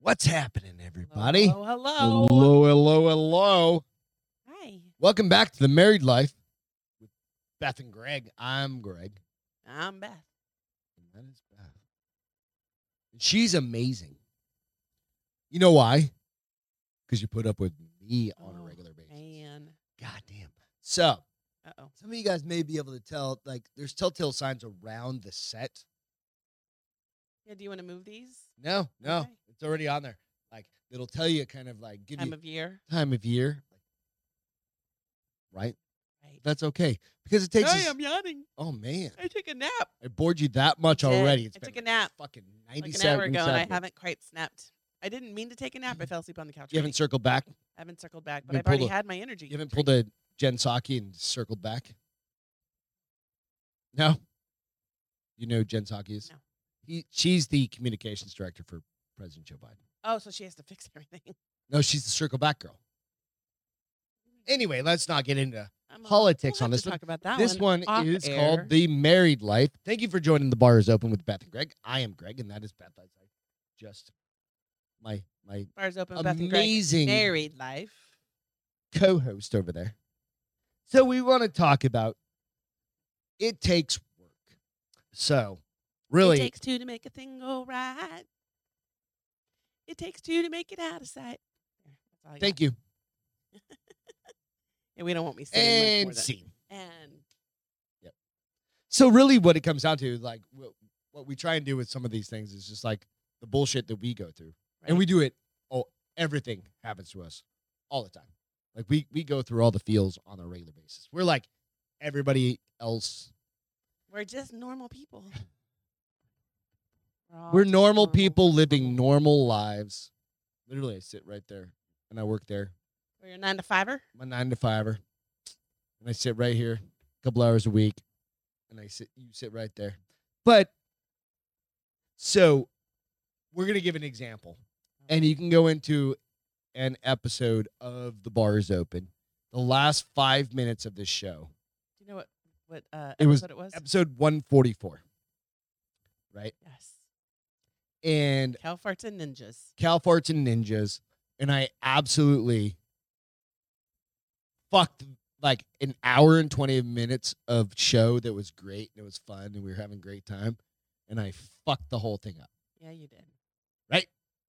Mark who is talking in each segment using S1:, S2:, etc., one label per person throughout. S1: What's happening, everybody?
S2: Hello, hello.
S1: hello, hello. hello.
S2: Hi.
S1: Welcome back to the Married Life with Beth and Greg. I'm Greg,
S2: I'm Beth.
S1: and that is Beth. She's amazing. You know why? Because you put up with me on a
S2: Oh,
S1: regular basis.
S2: Man.
S1: God damn. So,
S2: Uh oh.
S1: some of you guys may be able to tell, like, there's telltale signs around the set.
S2: Yeah, do you want to move these?
S1: No, no,
S2: Okay.
S1: it's already on there. Like, it'll tell you kind of like give
S2: Time
S1: you
S2: of year.
S1: time of year, right?
S2: Right.
S1: That's okay because it takes.
S2: Hey,
S1: us-
S2: I'm yawning.
S1: oh man,
S2: I took a nap.
S1: I bored you that much
S2: I did.
S1: already. It's
S2: I
S1: been
S2: took a nap.
S1: Fucking
S2: Like an hour
S1: ninety-seven
S2: ago, and I
S1: seconds.
S2: haven't quite snapped. I didn't mean to take a nap. I fell asleep on the couch.
S1: Mm-hmm. You haven't
S2: reading.
S1: circled back.
S2: I haven't circled back, but
S1: haven't
S2: I've already
S1: pulled a-
S2: had my energy.
S1: You haven't pulled a Jen Psaki and circled back. No. You know who Jen Psaki is.
S2: No.
S1: He, she's the communications director for President Joe Biden.
S2: Oh, so she has to fix everything.
S1: No, she's the circle back girl. Anyway, let's not get into
S2: I'm all-
S1: politics
S2: we'll
S1: on
S2: have
S1: this
S2: to
S1: one.
S2: Talk about that
S1: This one
S2: off
S1: is
S2: air.
S1: called The Married Life. Thank you for joining The Bar is Open with Beth and Greg. I am Greg, and that is Beth. I I just my my
S2: Bars open. with Beth and Greg.
S1: amazing
S2: Married life.
S1: co-host over there. So we want to talk about it takes work. So really,
S2: It takes oh, two to make a thing go right. It takes two to make it out of sight. There, That's all I got.
S1: thank you.
S2: And we don't want me saying
S1: And scene.
S2: And
S1: So really, what it comes down to, like what, what we try and do with some of these things, is just like the bullshit that we go through, and we do it. Oh, everything happens to us all the time. Like we we go through all the feels on a regular basis. We're like everybody else.
S2: we're just normal people. all
S1: We're
S2: just
S1: normal people living normal lives. Literally, I sit right there and I work there.
S2: We're a nine to fiver.
S1: my nine to fiver, and I sit right here a couple hours a week, and I sit you sit right there. But so we're gonna give an example, and you can go into an episode of The Bar Is Open, the last five minutes of this show,
S2: Do you know what what uh,
S1: It was
S2: episode it was?
S1: episode one forty four, right?
S2: yes.
S1: And
S2: Cow farts and ninjas.
S1: Cal farts and ninjas, and I absolutely fucked like an hour and twenty minutes of show that was great and it was fun and we were having a great time, and I fucked the whole thing up.
S2: Yeah, you did.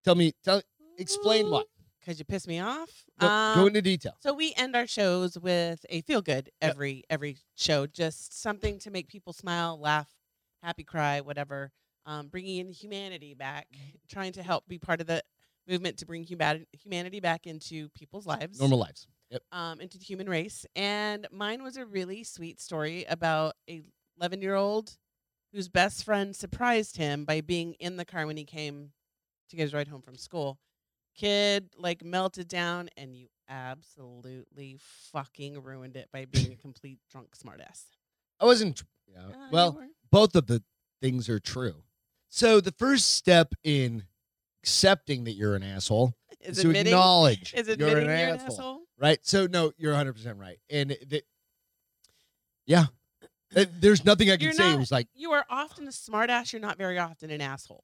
S1: Tell me, tell, explain why.
S2: Because you pissed me off.
S1: Go, go
S2: Um,
S1: into detail.
S2: So we end our shows with a feel good every every show, just something to make people smile, laugh, happy, cry, whatever. Um, bringing in humanity back, trying to help be part of the movement to bring humani- humanity back into people's lives,
S1: Normal lives. Yep.
S2: um, into the human race. And mine was a really sweet story about a 11 year old whose best friend surprised him by being in the car when he came to get his ride home from school. Kid like melted down, and you absolutely fucking ruined it by being a complete drunk smartass.
S1: I wasn't. tr- Yeah.
S2: Uh, you
S1: well,
S2: were.
S1: both of the things are true. So the first step in accepting that you're an asshole is,
S2: is
S1: to
S2: admitting,
S1: acknowledge
S2: is
S1: you're
S2: admitting
S1: an asshole. right? So no, you're 100 percent right, and it- that, yeah, That- there's nothing I can
S2: You're
S1: say. It
S2: not-
S1: was like
S2: You are often a smartass. You're not very often an asshole.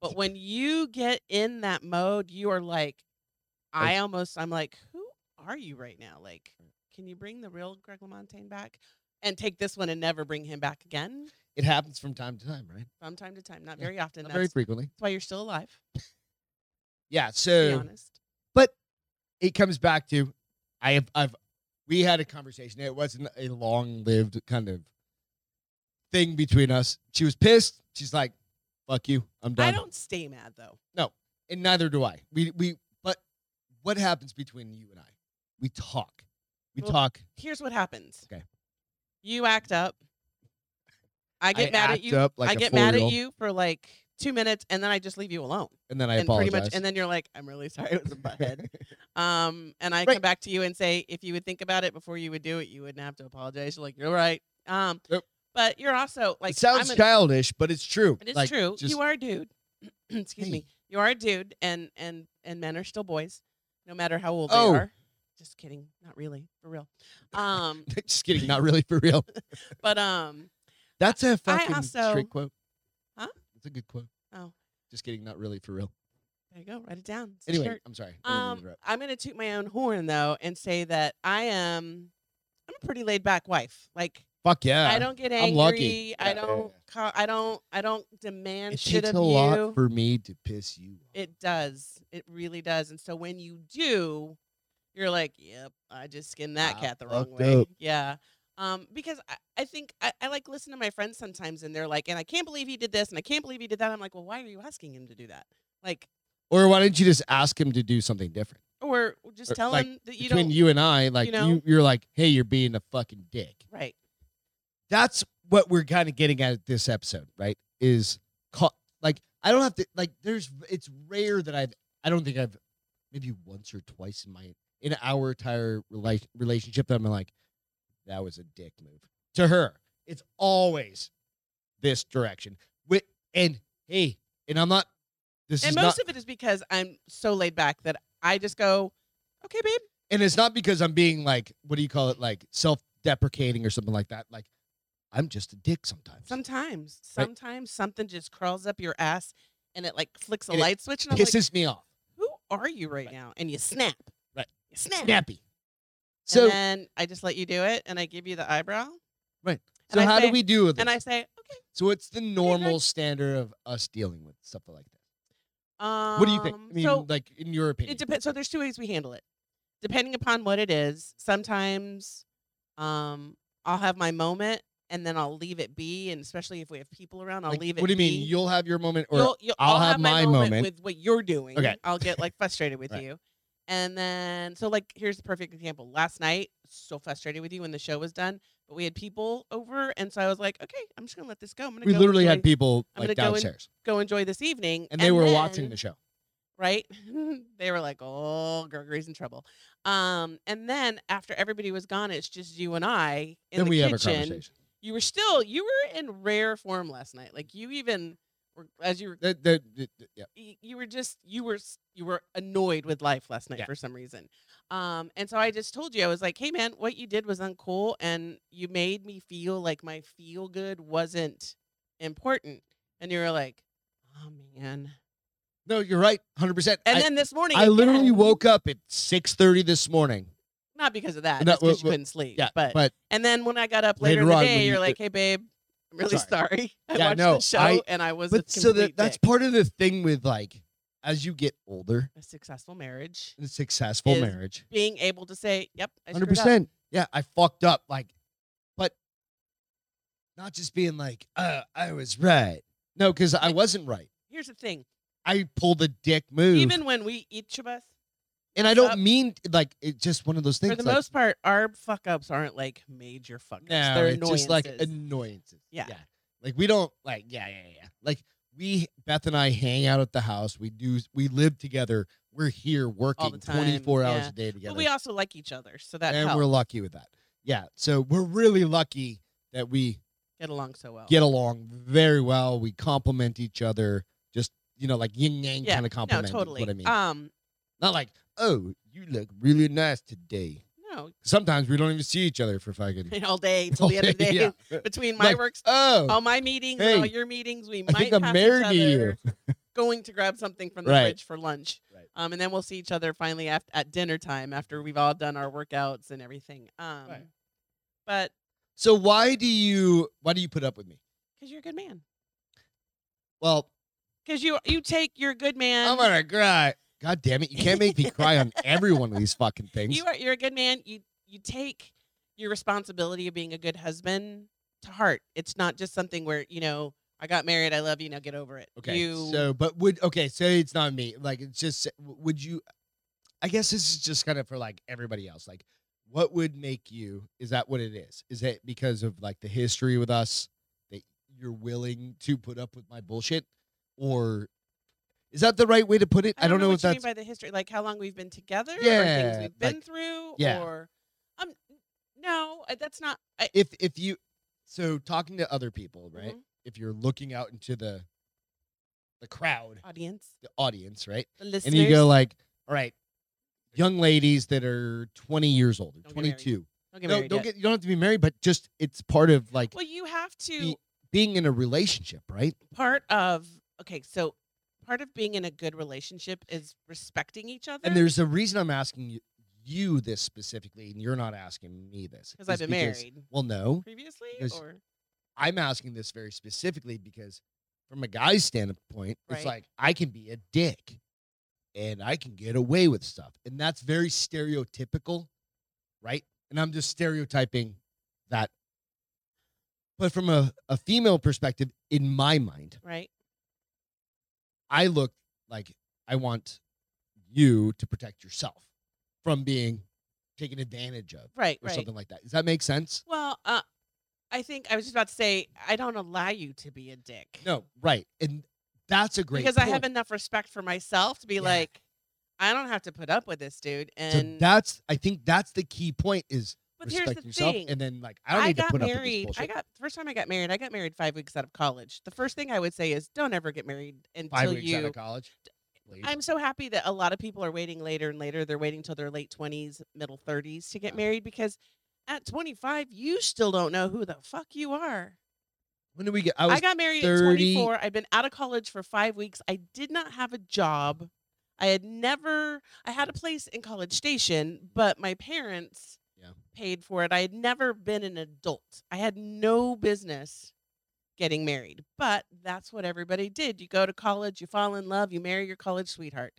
S2: But when you get in that mode, you are like, I almost, I'm like, who are you right now? Like,
S1: Mm.
S2: can you bring the real Greg LaMontagne back and take this one and never bring him back again?
S1: it happens from time to time, right?
S2: From time to time, not
S1: Yeah,
S2: very often.
S1: Not
S2: That's
S1: very frequently.
S2: why you're still alive.
S1: Yeah.
S2: To be
S1: So
S2: honest.
S1: it comes back to I have I've we had a conversation. It wasn't a long-lived kind of thing between us. She was pissed. She's like, "Fuck you, I'm done."
S2: I don't stay mad though.
S1: and neither do I. We we but what happens between you and I? We talk. We
S2: Well,
S1: talk.
S2: Here's what happens.
S1: Okay.
S2: You act up. I get mad at
S1: act
S2: you.
S1: up like
S2: I
S1: a
S2: get mad at
S1: four-year-old,
S2: you for like two minutes, and then I just leave you alone.
S1: and then I
S2: and
S1: apologize.
S2: pretty much, and then you're like, "I'm really sorry, it was a butthead." um, and I
S1: Right.
S2: come back to you and say, "If you would think about it before you would do it, you wouldn't have to apologize." You're like, "You're right." Um,
S1: Yep.
S2: but you're also like,
S1: it sounds
S2: I'm a-
S1: childish, but it's true.
S2: it is
S1: Like,
S2: true.
S1: just-
S2: you are a dude. Excuse me.
S1: Hey.
S2: You are a dude, and and and men are still boys, no matter how old
S1: Oh.
S2: they are. Just kidding. Not really. For real. Um,
S1: just kidding. Not really for real.
S2: but um,
S1: That's a fucking
S2: also-
S1: straight quote.
S2: Huh?
S1: That's a good quote.
S2: Oh.
S1: Just kidding. Not really for real.
S2: There you go. Write it down. It's a
S1: Anyway,
S2: shirt.
S1: I'm sorry. I didn't mean to
S2: Um,
S1: interrupt.
S2: I'm going to toot my own horn though and say that I am I'm a pretty laid back wife. Like
S1: Fuck yeah.
S2: I don't get angry.
S1: I'm lucky.
S2: I
S1: Yeah, yeah,
S2: don't co- I don't I don't demand
S1: It
S2: shit
S1: takes
S2: of
S1: a
S2: you.
S1: lot for me to piss you off.
S2: it does. It really does. And so when you do, you're like, "Yep, I just skinned that
S1: I
S2: cat the wrong
S1: Ah, fucked
S2: way."
S1: up.
S2: Yeah. Um, because I, I think I, I like listen to my friends sometimes and they're like, and I can't believe he did this and I can't believe he did that. I'm like, well, why are you asking him to do that? Like,
S1: Or why don't you just ask him to do something different?
S2: or just
S1: Or,
S2: tell
S1: like,
S2: him that you
S1: Between
S2: don't.
S1: you and I, like you,
S2: know?
S1: you're like, hey, you're being a fucking dick.
S2: right.
S1: That's what we're kind of getting at this episode, right? Is call, like I don't have to like. There's it's rare that I've I don't think I've maybe once or twice in my in our entire rela- relationship that I'm like that was a dick move to her. It's always this direction. With and hey, and I'm not. This
S2: and
S1: is
S2: most
S1: not
S2: of it is because I'm so laid back that I just go, okay, babe.
S1: and it's not because I'm being like, what do you call it, like self-deprecating or something like that. Like, I'm just a dick sometimes.
S2: Sometimes,
S1: Right.
S2: sometimes something just crawls up your ass and it like flicks a
S1: And it
S2: light switch, and I'm like,
S1: Pisses me off.
S2: who are you right,
S1: Right.
S2: now? And you snap.
S1: Right.
S2: You snap.
S1: Snappy. So,
S2: and then I just let you do it, and I give you the eyebrow,
S1: so
S2: and I
S1: how do
S2: say-
S1: we do with
S2: and
S1: this?
S2: I say, okay.
S1: So what's the normal standard of us dealing with stuff like that?
S2: Um,
S1: What do you think? I mean,
S2: so
S1: like in your opinion,
S2: It depends. So there's two ways we handle it, depending upon what it is. Sometimes, um, I'll have my moment and then I'll leave it be. And especially if we have people around, I'll
S1: Like,
S2: leave it.
S1: What do you mean?
S2: be.
S1: You'll have your moment, or
S2: You'll- you'll-
S1: I'll have my moment.
S2: with what you're doing.
S1: Okay.
S2: I'll get like frustrated with
S1: Right.
S2: you, and then so like here's the perfect example. Last night, so frustrated with you when the show was done, but we had people over, and so I was like, okay, I'm just gonna let this go. I'm gonna
S1: we
S2: go
S1: literally
S2: enjoy,
S1: had people
S2: I'm
S1: like
S2: gonna go in-
S1: downstairs,
S2: go enjoy this evening,
S1: and they were watching
S2: then-
S1: the show.
S2: right? they were like, "Oh, Gregory's in trouble." Um, and then after everybody was gone, it's just you and I in
S1: Then
S2: the
S1: we have a
S2: kitchen.
S1: conversation.
S2: You were still you were in rare form last night. Like you even were as you were
S1: That- that- that- that- yeah.
S2: y- you were just you were s- you were annoyed with life last night
S1: Yeah.
S2: for some reason. Um, and so I just told you I was like, "Hey, man, what you did was uncool, and you made me feel like my feel good wasn't important." And you were like, "Oh man!"
S1: No, you're right, hundred percent.
S2: And then this morning,
S1: I literally
S2: again-
S1: woke up at six thirty this morning.
S2: not because of that,
S1: No,
S2: just because
S1: well,
S2: you couldn't sleep.
S1: Yeah,
S2: but,
S1: but
S2: and then when I got up
S1: Later
S2: later, in
S1: on,
S2: the
S1: when
S2: day,
S1: you-
S2: you're like, "Hey, babe, I'm really
S1: Sorry.
S2: sorry. I
S1: Yeah,
S2: watched
S1: no,
S2: the show
S1: I-
S2: and I was a
S1: but so that
S2: complete
S1: that's
S2: dick."
S1: part of the thing with like as you get older
S2: a successful marriage,
S1: in a successful
S2: Is
S1: marriage
S2: being able to say, "Yep, I screwed up."
S1: 100% yeah i fucked up like but not just being like uh, i was right no because i wasn't right
S2: Here's the thing:
S1: i pulled a dick move
S2: even when we each of us,
S1: and i don't
S2: up-
S1: mean like it's just one of those things
S2: for the
S1: like,
S2: most part, our fuck ups aren't like major fuck ups.
S1: no,
S2: They're
S1: it's just like
S2: annoyances.
S1: annoyances
S2: Yeah.
S1: like we don't like yeah yeah yeah like we beth and i hang out at the house we do we live together we're here working
S2: time,
S1: 24 hours
S2: yeah.
S1: a day together
S2: but we also like each other, so that
S1: and
S2: helps.
S1: we're lucky with that. Yeah, so we're really lucky that we
S2: get along so well.
S1: get along very well. We complement each other, just you know, like yin yang
S2: Yeah,
S1: kind of
S2: no,
S1: compliment. is
S2: totally.
S1: What I mean,
S2: Um,
S1: not like oh, you look really nice today.
S2: no,
S1: Sometimes we don't even see each other for fucking
S2: all day till the end of the day um,
S1: Yeah.
S2: between my
S1: Like,
S2: work
S1: Oh,
S2: all my meetings and all
S1: Hey,
S2: your meetings. We
S1: I
S2: might
S1: think I'm
S2: pass
S1: married
S2: each
S1: to you.
S2: other going to grab something from the
S1: Right.
S2: fridge for lunch.
S1: Right.
S2: Um, and then we'll see each other finally af- at dinner time after we've all done our workouts and everything. Um,
S1: Right.
S2: but
S1: So why do you why do you put up with me?
S2: because you're a good man,
S1: Well,
S2: because you you take your good man.
S1: I'm gonna cry. God damn it! You can't make me cry on every one of these fucking things.
S2: you are you're a good man. You you take your responsibility of being a good husband to heart. It's not just something where you know I got married, I love you, now get over it.
S1: Okay.
S2: You,
S1: So, but would okay? So it's not me. Like it's just w- would you? I guess this is just kind of for like everybody else. Like, what would make you? Is that what it is? Is it because of like the history with us that you're willing to put up with my bullshit, or is that the right way to put it? I don't, know,
S2: what
S1: if
S2: you
S1: that's
S2: mean by the history, like how long we've been together, or
S1: Yeah,
S2: things we've been
S1: like-
S2: through,
S1: yeah.
S2: or um, no, uh, that's not. I,
S1: if if you. So talking to other people, right?
S2: mhm,
S1: If you're looking out into the the crowd,
S2: Audience,
S1: the audience, right?
S2: the listeners,
S1: and you go like, all right, young ladies that are 20 years older,
S2: Don't get married.
S1: 22.
S2: don't get
S1: No,
S2: married
S1: don't
S2: yet.
S1: get you don't have to be married, but just it's part of like
S2: Well, you have to
S1: being in a relationship, right?
S2: part of okay. So part of being in a good relationship is respecting each other.
S1: And there's a reason I'm asking you, you this specifically, and you're not asking me this.
S2: because I've
S1: is
S2: been married
S1: Well, no,
S2: previously,
S1: there's-
S2: or
S1: I'm asking this very specifically because, from a guy's standpoint,
S2: Right.
S1: it's like I can be a dick, and I can get away with stuff, and that's very stereotypical, right? And I'm just stereotyping that. But from a, a female perspective, in my mind,
S2: right?
S1: I look like I want you to protect yourself from being taken advantage of
S2: Right,
S1: or
S2: right.
S1: something like that. Does that make sense?
S2: Well, uh, I think I was just about to say I don't allow you to be a dick.
S1: No, right. And that's a great
S2: because I have
S1: point.
S2: enough respect for myself to be
S1: Yeah.
S2: like, I don't have to put up with this dude. And
S1: so that's I think that's the key point is
S2: but here's the
S1: respect yourself
S2: thing.
S1: and then like I don't need
S2: got
S1: to put
S2: married.
S1: up with this
S2: I
S1: bullshit.
S2: got first time I got married. I got married five weeks out of college. The first thing I would say is don't ever get married until
S1: Five weeks
S2: you.
S1: out of college. please.
S2: I'm so happy that a lot of people are waiting later and later. They're waiting till their late 20s, middle 30s to get
S1: Yeah.
S2: married because at 25 you still don't know who the fuck you are.
S1: when do we get I
S2: I,
S1: was
S2: got married
S1: 30
S2: at 24. I've been out of college for five weeks. I did not have a job. I had never. I had a place in College Station, but my parents
S1: Yeah.
S2: paid for it. I had never been an adult. I had no business getting married, but that's what everybody did. You go to college, you fall in love, you marry your college sweetheart.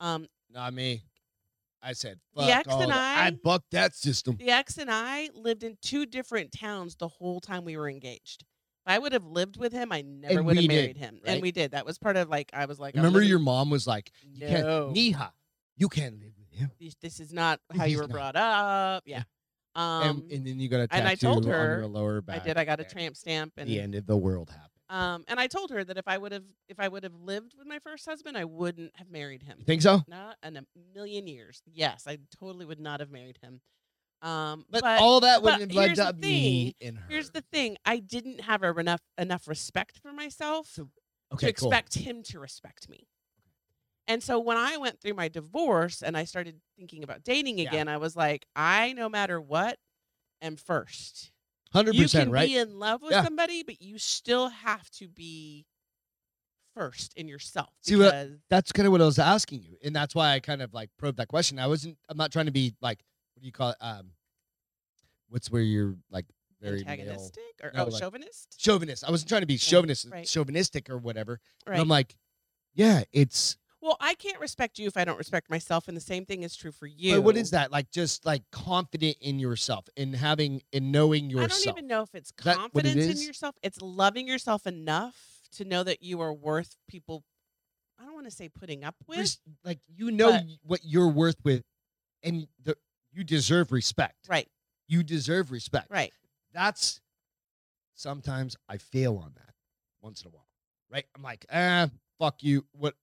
S2: Um,
S1: not me. I said
S2: The
S1: fuck
S2: ex
S1: all
S2: and
S1: that. I
S2: I-
S1: bucked that system.
S2: the ex and I lived in two different towns the whole time we were engaged. If I would have lived with him, I never
S1: And
S2: would have
S1: we did,
S2: married him.
S1: right?
S2: And we did. That was part of like I was like, I'm
S1: Remember
S2: living-
S1: your mom was like, You can't
S2: No.
S1: Mija, you can't live with him.
S2: these- this is not how
S1: is
S2: you were
S1: not.
S2: brought up. Yeah. Um,
S1: and, and then you got a tattoo
S2: and I told
S1: on
S2: her-
S1: your lower
S2: I
S1: back.
S2: did. I got a
S1: that
S2: tramp stamp, and
S1: The end of the world happened.
S2: um, and I told her that if I would have, if I would have lived with my first husband, I wouldn't have married him.
S1: You think so?
S2: Not in a million years. Yes, I totally would not have married him. Um,
S1: But,
S2: but,
S1: all that
S2: but
S1: would have led
S2: here's the
S1: to me and her.
S2: here's the thing: I didn't have a- enough enough respect for myself
S1: So-
S2: to
S1: okay, cool.
S2: expect him to respect me. And so when I went through my divorce and I started thinking about dating
S1: Yeah.
S2: again, I was like, I no matter what am first.
S1: Hundred
S2: You can
S1: percent, right?
S2: be in love with
S1: Yeah.
S2: somebody, but you still have to be first in yourself.
S1: See what-
S2: because-
S1: that's kind of what I was asking you, and that's why I kind of like probed that question. I wasn't. I'm not trying to be like, what do you call it? Um, what's where you're like very male-
S2: antagonistic or
S1: No,
S2: oh,
S1: like-
S2: chauvinist?
S1: chauvinist. I wasn't trying to be chauvinist,
S2: right.
S1: chauvinistic or whatever. But
S2: Right.
S1: I'm like, yeah, it's.
S2: well, I can't respect you if I don't respect myself, and the same thing is true for you.
S1: But what is that? Like just like confident in yourself and having and knowing yourself.
S2: I don't even know if it's
S1: that what it
S2: confidence in
S1: is?
S2: yourself. It's loving yourself enough to know that you are worth people. I don't want to say putting up with,
S1: res- like you know
S2: but-
S1: y- what you're worth with and the, you deserve respect
S2: right?
S1: you deserve respect
S2: Right.
S1: that's sometimes i fail on that once in a while right i'm like ah fuck you what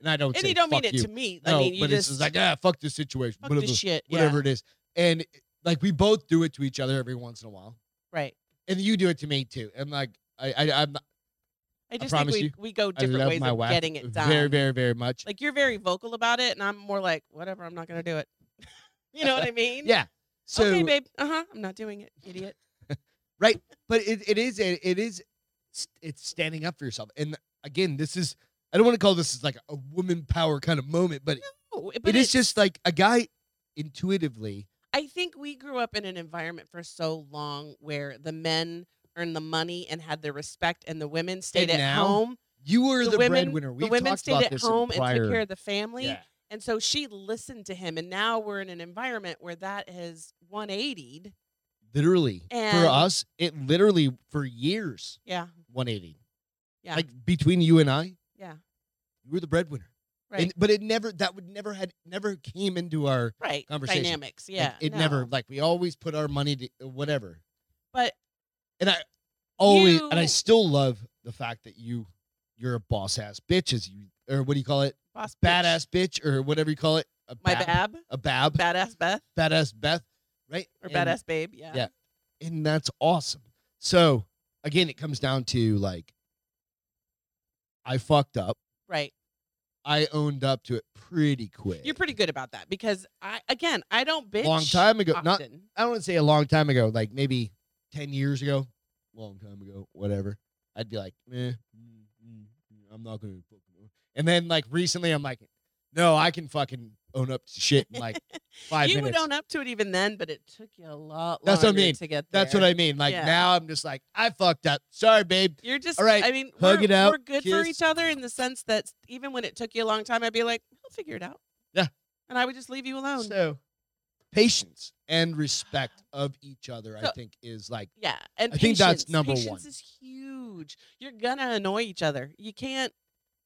S1: and i don't
S2: And
S1: say
S2: you don't mean
S1: fuck
S2: it
S1: you.
S2: to me.
S1: no
S2: I mean, you
S1: but
S2: just
S1: it's just like ah fuck this situation
S2: fuck
S1: whatever
S2: this shit.
S1: whatever
S2: yeah.
S1: it is and like we both do it to each other every once in a while
S2: Right.
S1: and you do it to me too and like i i i'm
S2: I just think
S1: promise
S2: we,
S1: you,
S2: we go
S1: I
S2: different
S1: love
S2: ways
S1: my
S2: of
S1: wife
S2: getting it done.
S1: very very very much
S2: like you're very vocal about it, and I'm more like, whatever, I'm not gonna do it. you know what I mean?
S1: yeah so
S2: okay, babe. Uh huh. I'm not doing it, idiot.
S1: but it, it is it, it is st- it's standing up for yourself and again this is i don't want to call this as like a woman power kind of moment but,
S2: No,
S1: it
S2: but
S1: is
S2: it's-
S1: just like a guy intuitively
S2: I think we grew up in an environment for so long where the men earned the money and had their respect, and the women stayed
S1: And
S2: at
S1: now,
S2: home.
S1: you were the,
S2: the women,
S1: breadwinner we
S2: the women
S1: talked
S2: stayed
S1: about
S2: at
S1: this in
S2: home and
S1: prior-
S2: took care of the family,
S1: yeah.
S2: and so she listened to him. And now we're in an environment where that has 180'd.
S1: literally
S2: And-
S1: for us it literally for years
S2: Yeah,
S1: 180
S2: Yeah.
S1: like between you and i
S2: yeah,
S1: you were the breadwinner
S2: right,
S1: and, but it never that would never had never came into our
S2: right.
S1: conversation.
S2: Dynamics,
S1: like,
S2: yeah.
S1: it never
S2: no.
S1: like we always put our money to uh, whatever
S2: But
S1: and I always and I
S2: You-
S1: still love the fact that you you're a boss ass bitch as you or what do you call it
S2: boss, bitch,
S1: badass bitch or whatever you call it a
S2: my
S1: bab,
S2: bab,
S1: a bab
S2: badass Beth
S1: badass Beth right
S2: or
S1: And-
S2: badass babe. Yeah,
S1: yeah. and that's awesome so again it comes down to like I fucked up
S2: right.
S1: I owned up to it pretty quick
S2: You're pretty good about that because I, again, I don't bitch. Ah,
S1: long time ago not
S2: often.
S1: I don't want to say a long time ago like maybe ten years ago long time ago whatever I'd be like eh, mm, mm, mm, I'm not gonna fucking- And then like recently, I'm like, no, I can fucking own up to shit in like five
S2: you
S1: minutes.
S2: would own up to it even then, but it took you a lot longer
S1: That's what I mean.
S2: to get there.
S1: That's what I mean. Like
S2: Yeah.
S1: now, I'm just like, I fucked up. Sorry, babe.
S2: You're just
S1: All right,
S2: I mean,
S1: hug
S2: we're,
S1: it out,
S2: we're good for
S1: kiss.
S2: each other in the sense that even when it took you a long time, I'd be like, "I'll figure it out."
S1: Yeah.
S2: And I would just leave you alone.
S1: So, patience and respect of each other, I
S2: So-
S1: think, is like
S2: yeah, and
S1: I think that's
S2: patience.
S1: number
S2: patience
S1: one.
S2: is huge. You're gonna annoy each other. You can't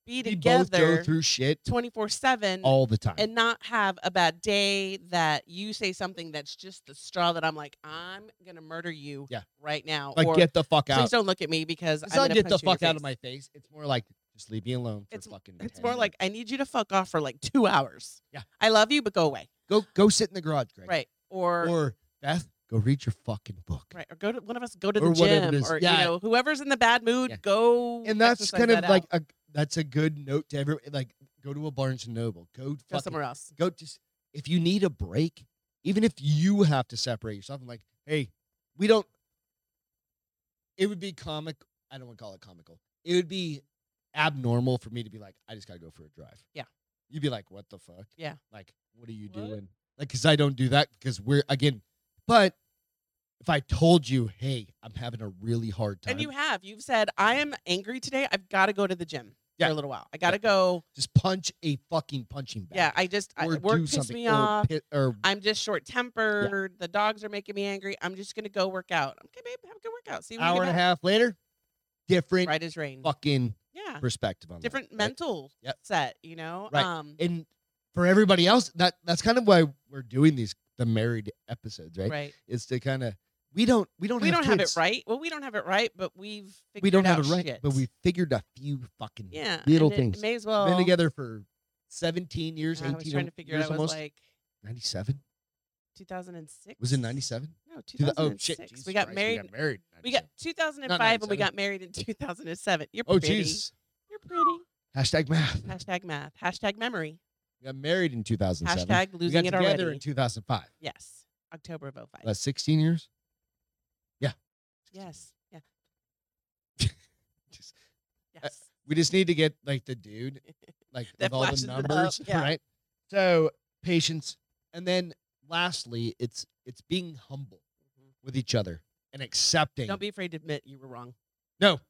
S2: be
S1: we both go
S2: together
S1: through shit
S2: twenty four seven
S1: all the time.
S2: and not have a bad day that you say something that's just the straw that I'm like, I'm gonna murder you
S1: Yeah.
S2: right now.
S1: like,
S2: or
S1: get the fuck out.
S2: please don't look at me because
S1: It's
S2: I'm
S1: not
S2: gonna
S1: get the
S2: punch you in
S1: fuck
S2: your
S1: out of
S2: face."
S1: my face. It's more like just leave me alone for
S2: It's-
S1: fucking.
S2: It's
S1: 10
S2: more like
S1: minutes.
S2: I need you to fuck off for like two hours.
S1: Yeah.
S2: I love you, but go away.
S1: go go sit in the garage, Greg.
S2: Right. Or,
S1: Or Beth, go read your fucking book.
S2: right. Or go to one of us go to
S1: Or
S2: the
S1: whatever it
S2: gym.
S1: is.
S2: Or
S1: Yeah.
S2: you know, whoever's in the bad mood,
S1: Yeah.
S2: go
S1: And that's
S2: exercise
S1: kind of
S2: that
S1: like
S2: out.
S1: a that's a good note to everyone. Like go to a Barnes and Noble. Go
S2: go
S1: fucking
S2: somewhere else.
S1: go just if you need a break, even if you have to separate yourself, I'm like, hey, we don't it would be comic I don't want to call it comical. It would be abnormal for me to be like, I just gotta go for a drive.
S2: Yeah.
S1: You'd be like, what the fuck?
S2: Yeah.
S1: Like, what are you
S2: What?
S1: doing? Like, cause I don't do that because we're again, but if I told you, hey, I'm having a really hard time,
S2: And you have. You've said, I am angry today. I've got to go to the gym
S1: Yeah.
S2: for a little while. I got to go.
S1: just punch a fucking punching bag.
S2: Yeah. I just, I,
S1: Or
S2: work
S1: do
S2: pissed
S1: something.
S2: me
S1: or
S2: off.
S1: pit- or
S2: I'm just short tempered. The dogs are making me angry. I'm just going to go work out. Okay, babe, have a good workout. See you
S1: hour and
S2: when you
S1: a
S2: get
S1: half later,
S2: back.
S1: different
S2: Right as rain.
S1: fucking
S2: Yeah.
S1: perspective on
S2: Different
S1: that, right?
S2: mental
S1: Yep.
S2: set, you know?
S1: Right.
S2: Um,
S1: And for everybody else, that that's kind of why we're doing these the married episodes, right?
S2: right.
S1: Is to kind of we don't we don't
S2: we
S1: have
S2: don't have it
S1: kids.
S2: right. Well, we don't have it right, but we've figured
S1: We don't
S2: out
S1: have it right,
S2: shit.
S1: but we figured a few fucking
S2: yeah
S1: little
S2: and it
S1: things.
S2: may as well
S1: Been together for seventeen years,
S2: I
S1: eighteen
S2: was trying to figure
S1: years
S2: it out. It was
S1: almost.
S2: like
S1: Ninety seven
S2: 2006.
S1: was it ninety seven?
S2: No,
S1: Oh shit!
S2: 2006.
S1: Jesus
S2: we got
S1: Christ,
S2: married.
S1: We got married. in
S2: We got
S1: 97.
S2: 2005 and we
S1: 97.
S2: got married in 2007. You're
S1: Oh
S2: pretty.
S1: jeez.
S2: You're pretty.
S1: Hashtag math.
S2: Hashtag math. Hashtag memory.
S1: We got married in two thousand seven.
S2: Hashtag
S1: we
S2: losing
S1: got
S2: it
S1: together
S2: already.
S1: in two thousand five.
S2: yes. October of 05.
S1: That's sixteen years.
S2: yes. Yeah.
S1: Just-
S2: Yes.
S1: We just need to get like the dude, like
S2: That
S1: with all
S2: flashes
S1: the
S2: it up,
S1: numbers,
S2: yeah.
S1: right? So patience, and then lastly, it's it's being humble
S2: Mhm.
S1: with each other and accepting.
S2: Don't be afraid to admit you were wrong.
S1: no.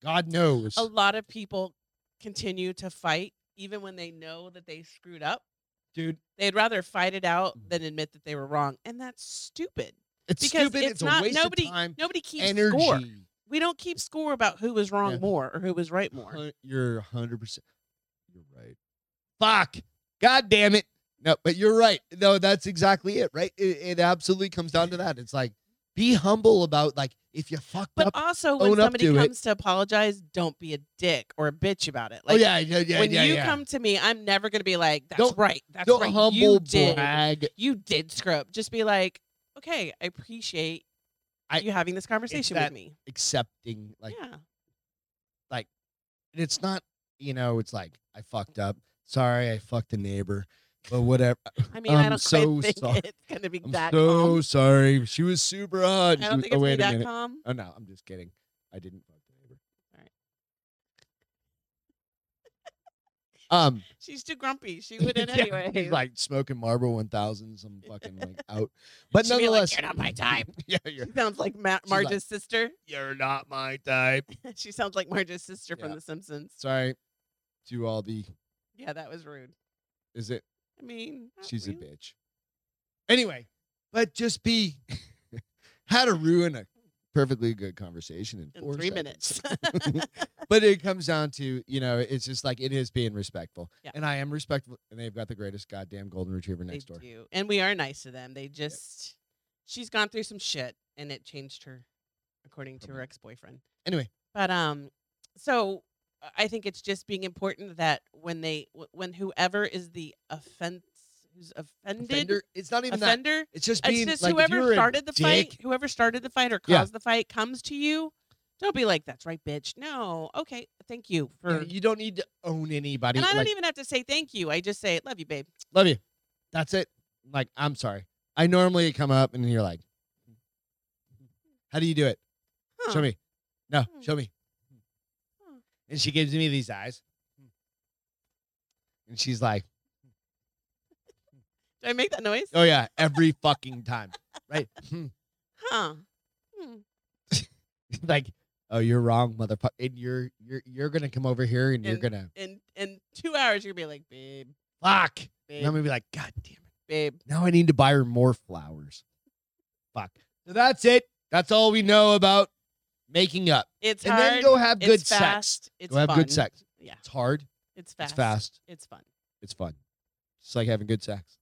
S1: God knows.
S2: A lot of people continue to fight even when they know that they screwed up.
S1: dude,
S2: They'd rather fight it out
S1: Mhm.
S2: than admit that they were wrong, and that's stupid.
S1: it's
S2: because
S1: stupid.
S2: it's,
S1: It's,
S2: not
S1: a waste
S2: nobody.
S1: of time,
S2: Nobody keeps
S1: energy.
S2: score. We don't keep score about who was wrong
S1: Yeah.
S2: more or who was right more.
S1: Hun- You're hundred percent. You're right. Fuck. God damn it. No, but you're right. No, that's exactly it. Right. It, it absolutely comes down to that. It's like be humble about like if you fucked
S2: But
S1: up.
S2: also, when
S1: own up
S2: somebody
S1: to it.
S2: comes to apologize, don't be a dick or a bitch about it. Like
S1: oh yeah, yeah, yeah,
S2: when
S1: yeah,
S2: you
S1: yeah.
S2: come to me, I'm never gonna be like, "That's
S1: Don't-
S2: right. That's
S1: Don't
S2: right.
S1: humble
S2: you did.
S1: brag.
S2: You did screw up." Just be like, "Okay, I appreciate
S1: I-
S2: you having this conversation
S1: that-
S2: with me."
S1: Accepting like
S2: yeah,
S1: and it's not you know it's like I fucked up. Sorry, I fucked a neighbor. But whatever.
S2: I mean, I'm I
S1: I'm
S2: do not
S1: so
S2: think
S1: sorry.
S2: it's gonna be
S1: I'm
S2: that.
S1: so
S2: calm.
S1: sorry. She was super hot.
S2: I
S1: She was-
S2: don't
S1: oh,
S2: think it's gonna
S1: wait
S2: be
S1: a
S2: that
S1: minute.
S2: calm.
S1: Oh no, I'm just kidding. I didn't fuck the neighbor.
S2: All right.
S1: Um,
S2: She's too grumpy. She would in
S1: yeah,
S2: anyway.
S1: he's like smoking Marlboro 1000, some fucking like out. But
S2: She'd be like,
S1: nonetheless,
S2: "You're not my type."
S1: yeah, you're,
S2: She sounds like Ma-
S1: She's like-
S2: Marge's sister.
S1: you're not my type.
S2: she sounds like Marge's sister
S1: Yeah.
S2: from The Simpsons.
S1: Sorry to all the.
S2: Yeah, that was rude.
S1: Is it?
S2: I mean, not
S1: She's a
S2: really.
S1: bitch. Anyway, but just be how to ruin a perfectly good conversation in,
S2: In
S1: four
S2: three
S1: seconds.
S2: minutes.
S1: but it comes down to you know it's just like it is being respectful,
S2: Yeah.
S1: and I am respectful, and they've got the greatest goddamn golden retriever
S2: they
S1: next door.
S2: do, and we are nice to them. They just, she's gone through some shit, and it changed her, according to her
S1: Probably.
S2: ex boyfriend.
S1: Anyway.
S2: but um, so uh, I think it's just being important that when they, wh- when whoever is the offense, who's offended,
S1: Offender, it's not even that.
S2: offender,
S1: It's just
S2: It's
S1: being
S2: just
S1: like if
S2: whoever
S1: you're a
S2: started the fight,
S1: dick-
S2: whoever started the fight or caused
S1: Yeah.
S2: the fight comes to you. Don't be like, that's right, bitch. No. Okay. Thank you for.
S1: you know, You don't need to own anybody.
S2: and I don't
S1: like,
S2: even have to say thank you. I just say, love you, babe.
S1: love you. That's it. Like, I'm sorry. I normally come up and you're like, how do you do it?
S2: Huh.
S1: Show me. No,
S2: Hmm.
S1: show me.
S2: Hmm.
S1: And she gives me these eyes. And she's like,
S2: Do I make that noise?
S1: oh yeah, every fucking time, right? Hmm.
S2: Huh. Hmm.
S1: like, oh, you're wrong, motherfucker. And you're you're you're gonna come over here and, you're
S2: And-
S1: gonna
S2: In in two hours, you're gonna be like, babe,
S1: fuck.
S2: babe,
S1: And I'm gonna be like, God damn it.
S2: babe.
S1: Now I need to buy her more flowers. Fuck. So that's it. That's all we know about making up.
S2: It's
S1: and
S2: hard.
S1: then go have good
S2: it's
S1: sex.
S2: fast. It's
S1: go have
S2: fun.
S1: good sex.
S2: Yeah,
S1: It's hard.
S2: it's fast.
S1: It's fast.
S2: It's fun.
S1: It's fun. It's like having good sex,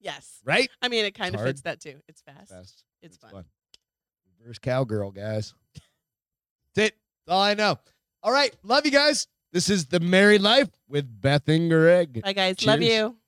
S2: Yes.
S1: right?
S2: I mean, it kind of
S1: hard.
S2: fits that too. It's fast.
S1: It's fast.
S2: It's, fun.
S1: Reverse cowgirl, guys. That's it. That's all I know. All right. Love you guys. This is The Married Life with Beth and Greg.
S2: Bye, guys. Love
S1: Cheers.
S2: you.